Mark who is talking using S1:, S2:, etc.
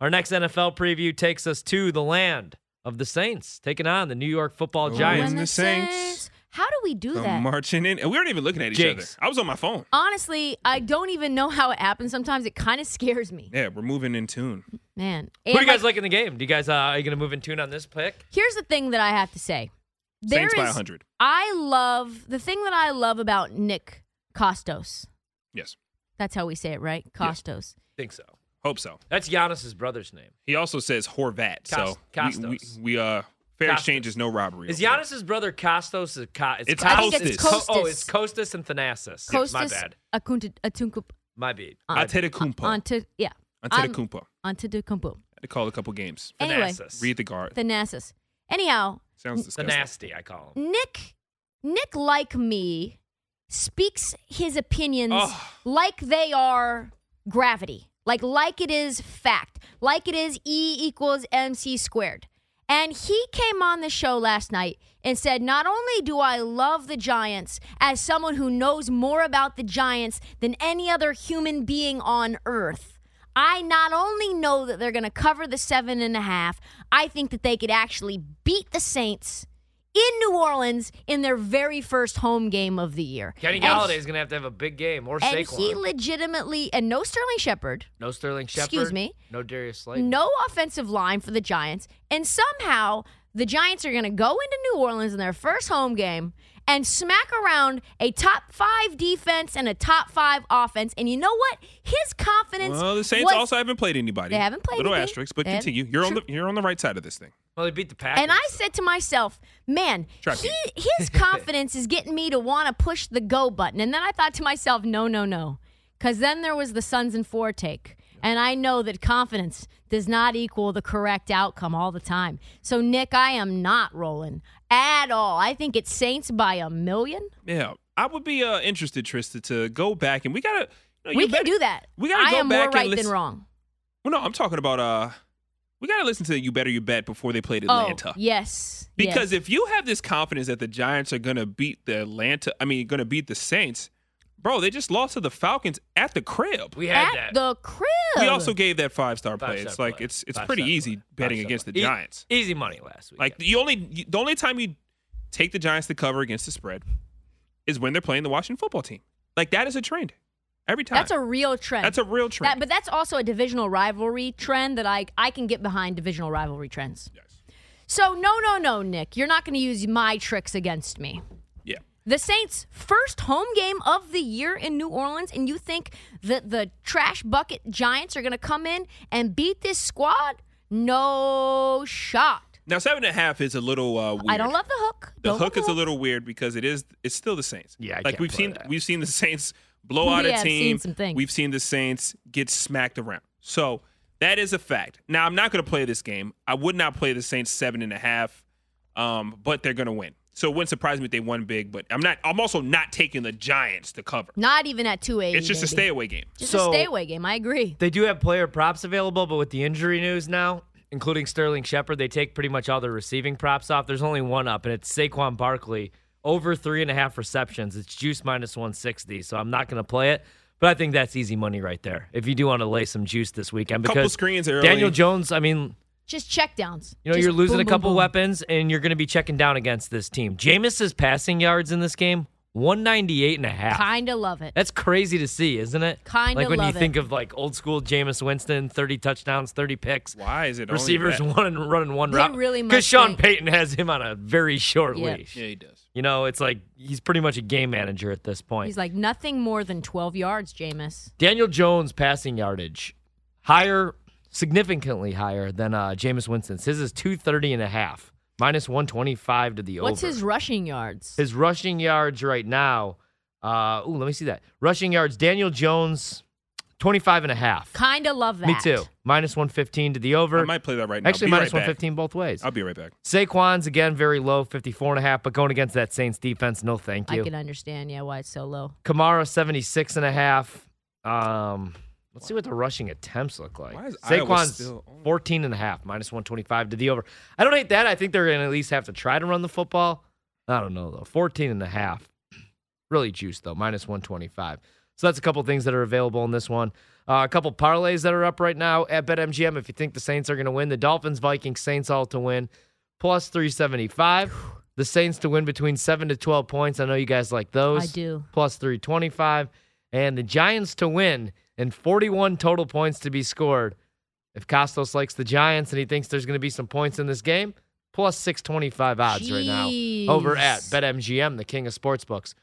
S1: Our next NFL preview takes us to the land of the Saints, taking on the New York Football
S2: Ooh.
S1: Giants.
S2: When the Saints-
S3: How do we do
S2: Come
S3: that?
S2: marching in. And we weren't even looking at each
S1: Jinx.
S2: other. I was on my phone.
S3: Honestly, I don't even know how it happens. Sometimes it kind of scares me,
S2: Yeah, we're moving in tune.
S3: man.
S1: Who do
S3: And,
S1: you guys
S3: like,
S1: like in the game? Do you guys uh, are you going to move in tune on this pick?
S3: Here's the thing that I have to say. There
S2: Saints by
S3: is-
S2: 100.
S3: I love the thing that I love about Nick Costos.
S2: Yes.
S3: That's how we say it, right?
S2: Yes.
S3: Costos.
S1: Think so.
S2: Hope so.
S1: That's Giannis's brother's name.
S2: He also says Horvat. so
S1: Cos-
S2: we, we,
S1: Costos.
S2: we uh fair
S1: Costos.
S2: exchange is no robbery.
S1: Is
S2: over here.
S1: Giannis's brother Costos? Is Co-
S2: It's
S1: Costas.
S2: I think it's
S1: Co- oh,
S3: Costas.
S1: it's Costas and Thanasis.
S3: Costas
S1: My bad.
S3: Akunta- Atunkup-
S1: My beat.
S3: Uh,
S2: Antetokounmpo.
S3: Ante- yeah, I'm-
S2: Antetokounmpo.
S3: Antetokounmpo.
S2: I had to call a couple games.
S3: Anyway,
S1: Thanasis.
S2: Read the guard.
S3: the Nasus. Anyhow,
S2: Sounds
S1: the
S2: disgusting.
S1: nasty, I call him.
S3: Nick, Nick, like me, speaks his opinions
S2: Ugh.
S3: like they are gravity, like like it is fact, like it is E equals MC squared. And he came on the show last night and said, Not only do I love the Giants as someone who knows more about the Giants than any other human being on earth, I not only know that they're going to cover the seven and a half, I think that they could actually beat the Saints in New Orleans in their very first home game of the year.
S1: Kenny
S3: And-
S1: Galladay is going to have to have a big game or
S3: and
S1: Saquon.
S3: he legitimately, and no Sterling Shepard,
S1: no Sterling Shepard.
S3: Excuse me.
S1: No Darius Slay.
S3: no offensive line for the Giants, and somehow the Giants are going to go into New Orleans in their first home game and smack around a top five defense and a top five offense. And you know what? His confidence.
S2: Well, the Saints
S3: was-
S2: also haven't played anybody.
S3: They haven't played
S2: Little
S3: anybody.
S2: asterisks, but
S3: They haven't-
S2: continue. You're on the you're on the right side of this thing.
S1: Well, they beat the Packers.
S3: And I said to myself, man,
S2: Trap
S3: he,
S2: game.
S3: his confidence is getting me to want to push the go button. And then I thought to myself, no, no, no. Because then there was the Suns and Four take. And I know that confidence does not equal the correct outcome all the time. So, Nick, I am not rolling at all. I think it's Saints by a million.
S2: Yeah. I would be uh, interested, Trista, to go back and we gotta you know,
S3: we
S2: you
S3: can
S2: better-
S3: do that.
S2: we gotta
S3: I
S2: go
S3: am
S2: back
S3: more
S2: and
S3: right than
S2: listen-
S3: wrong.
S2: Well, no, I'm talking about uh we gotta listen to You Better You Bet before they played Atlanta.
S3: Oh, yes.
S2: Because
S3: yes.
S2: if you have this confidence that the Giants are gonna beat the Atlanta I mean gonna beat the Saints, bro, they just lost to the Falcons at the crib.
S1: we had
S3: at
S1: that.
S3: the crib.
S2: we also gave that five star play.
S1: Five-star
S2: It's like
S1: play.
S2: it's it's
S1: Five-star
S2: pretty easy
S1: play.
S2: betting
S1: Five-star
S2: against the
S1: play. E-
S2: Giants.
S1: easy money last week.
S2: Like the only the only time you take the Giants to cover against the spread is when they're playing the Washington football team. Like that is a trend. Every time.
S3: That's a real trend.
S2: That's a real
S3: That,
S2: trend.
S3: but that's also a divisional rivalry trend that I I can get behind divisional rivalry trends. So no no no Nick, you're not going to use my tricks against me.
S2: yeah.
S3: The Saints' first home game of the year in New Orleans, and you think that the trash bucket Giants are going to come in and beat this squad? No shot.
S2: Now seven and a half is a little uh, weird.
S3: I don't love the hook.
S2: the
S3: Don't love
S2: hook is a little weird because it is it's still the Saints.
S1: Yeah, I
S2: like
S1: can't
S2: we've
S1: play
S2: seen
S1: that.
S2: we've seen the Saints blow out
S3: Yeah,
S2: a
S3: I've
S2: team.
S3: seen some things.
S2: We've seen the Saints get smacked around. So that is a fact. Now I'm not going to play this game. I would not play the Saints seven and a half, um, but they're going to win. So it wouldn't surprise me if they won big. But I'm not. I'm also not taking the Giants to cover.
S3: Not even at two eighty.
S2: It's just a stay away game.
S3: Just
S1: So-
S3: a stay away game. I agree.
S1: They do have player props available, but with the injury news now, including Sterling Shepard, they take pretty much all their receiving props off. There's only one up, and it's Saquon Barkley over three and a half receptions. It's juice minus 160, so I'm not going to play it. But I think that's easy money right there. If you do want to lay some juice this weekend,
S2: Couple
S1: because
S2: screens early.
S1: Daniel Jones, I mean,
S3: Just check downs.
S1: you know,
S3: Just
S1: you're losing
S3: boom,
S1: a
S3: boom,
S1: couple
S3: boom.
S1: weapons, and you're going to be checking down against this team. Jameis's passing yards in this game, 198 and a half.
S3: Kinda love it.
S1: That's crazy to see, isn't it?
S3: Kinda
S1: like when
S3: love
S1: you
S3: it.
S1: think of like old school Jameis Winston, thirty touchdowns, thirty picks.
S2: Why is it only
S1: receivers
S2: that?
S1: one and running one
S3: They
S1: route?
S3: really
S1: because
S3: must
S1: Sean
S3: think-
S1: Payton has him on a very short
S3: Yeah.
S1: leash.
S2: Yeah, he does.
S1: You know, it's like he's pretty much a game manager at this point.
S3: He's like nothing more than twelve yards, Jameis.
S1: Daniel Jones passing yardage higher, significantly higher than uh, Jameis Winston's. His is 230 and a half, minus 125 to the
S3: What's
S1: over.
S3: his rushing yards?
S1: His rushing yards right now, uh, ooh, let me see that. Rushing yards, Daniel Jones, 25 and a half.
S3: kind of love that.
S1: Me too. Minus 115 to the over.
S2: I might play that right now.
S1: Actually,
S2: Be
S1: minus
S2: right back.
S1: 115 both ways.
S2: I'll be right back.
S1: Saquon's again very low, 54 and a half, but going against that Saints defense, no thank
S3: I
S1: you.
S3: can understand, yeah, why it's so low.
S1: Kamara 76 and a half. Um, let's see what the rushing attempts look like.
S2: Why is Iowa
S1: Saquon's
S2: still on?
S1: 14 and a half, minus 125 to the over. I don't hate that. I think they're going to at least have to try to run the football. I don't know though. 14 and a half. Really juice though, minus 125. So that's a couple things that are available in this one. Uh, a couple parlays that are up right now at BetMGM. If you think the Saints are going to win, the Dolphins, Vikings, Saints all to win, plus 375. The Saints to win between 7 to 12 points. I know you guys like those.
S3: I do.
S1: Plus 325. And the Giants to win and 41 total points to be scored. If Costos likes the Giants and he thinks there's going to be some points in this game, plus 625 odds right now over at
S3: Jeez.
S1: BetMGM, the king of sportsbooks.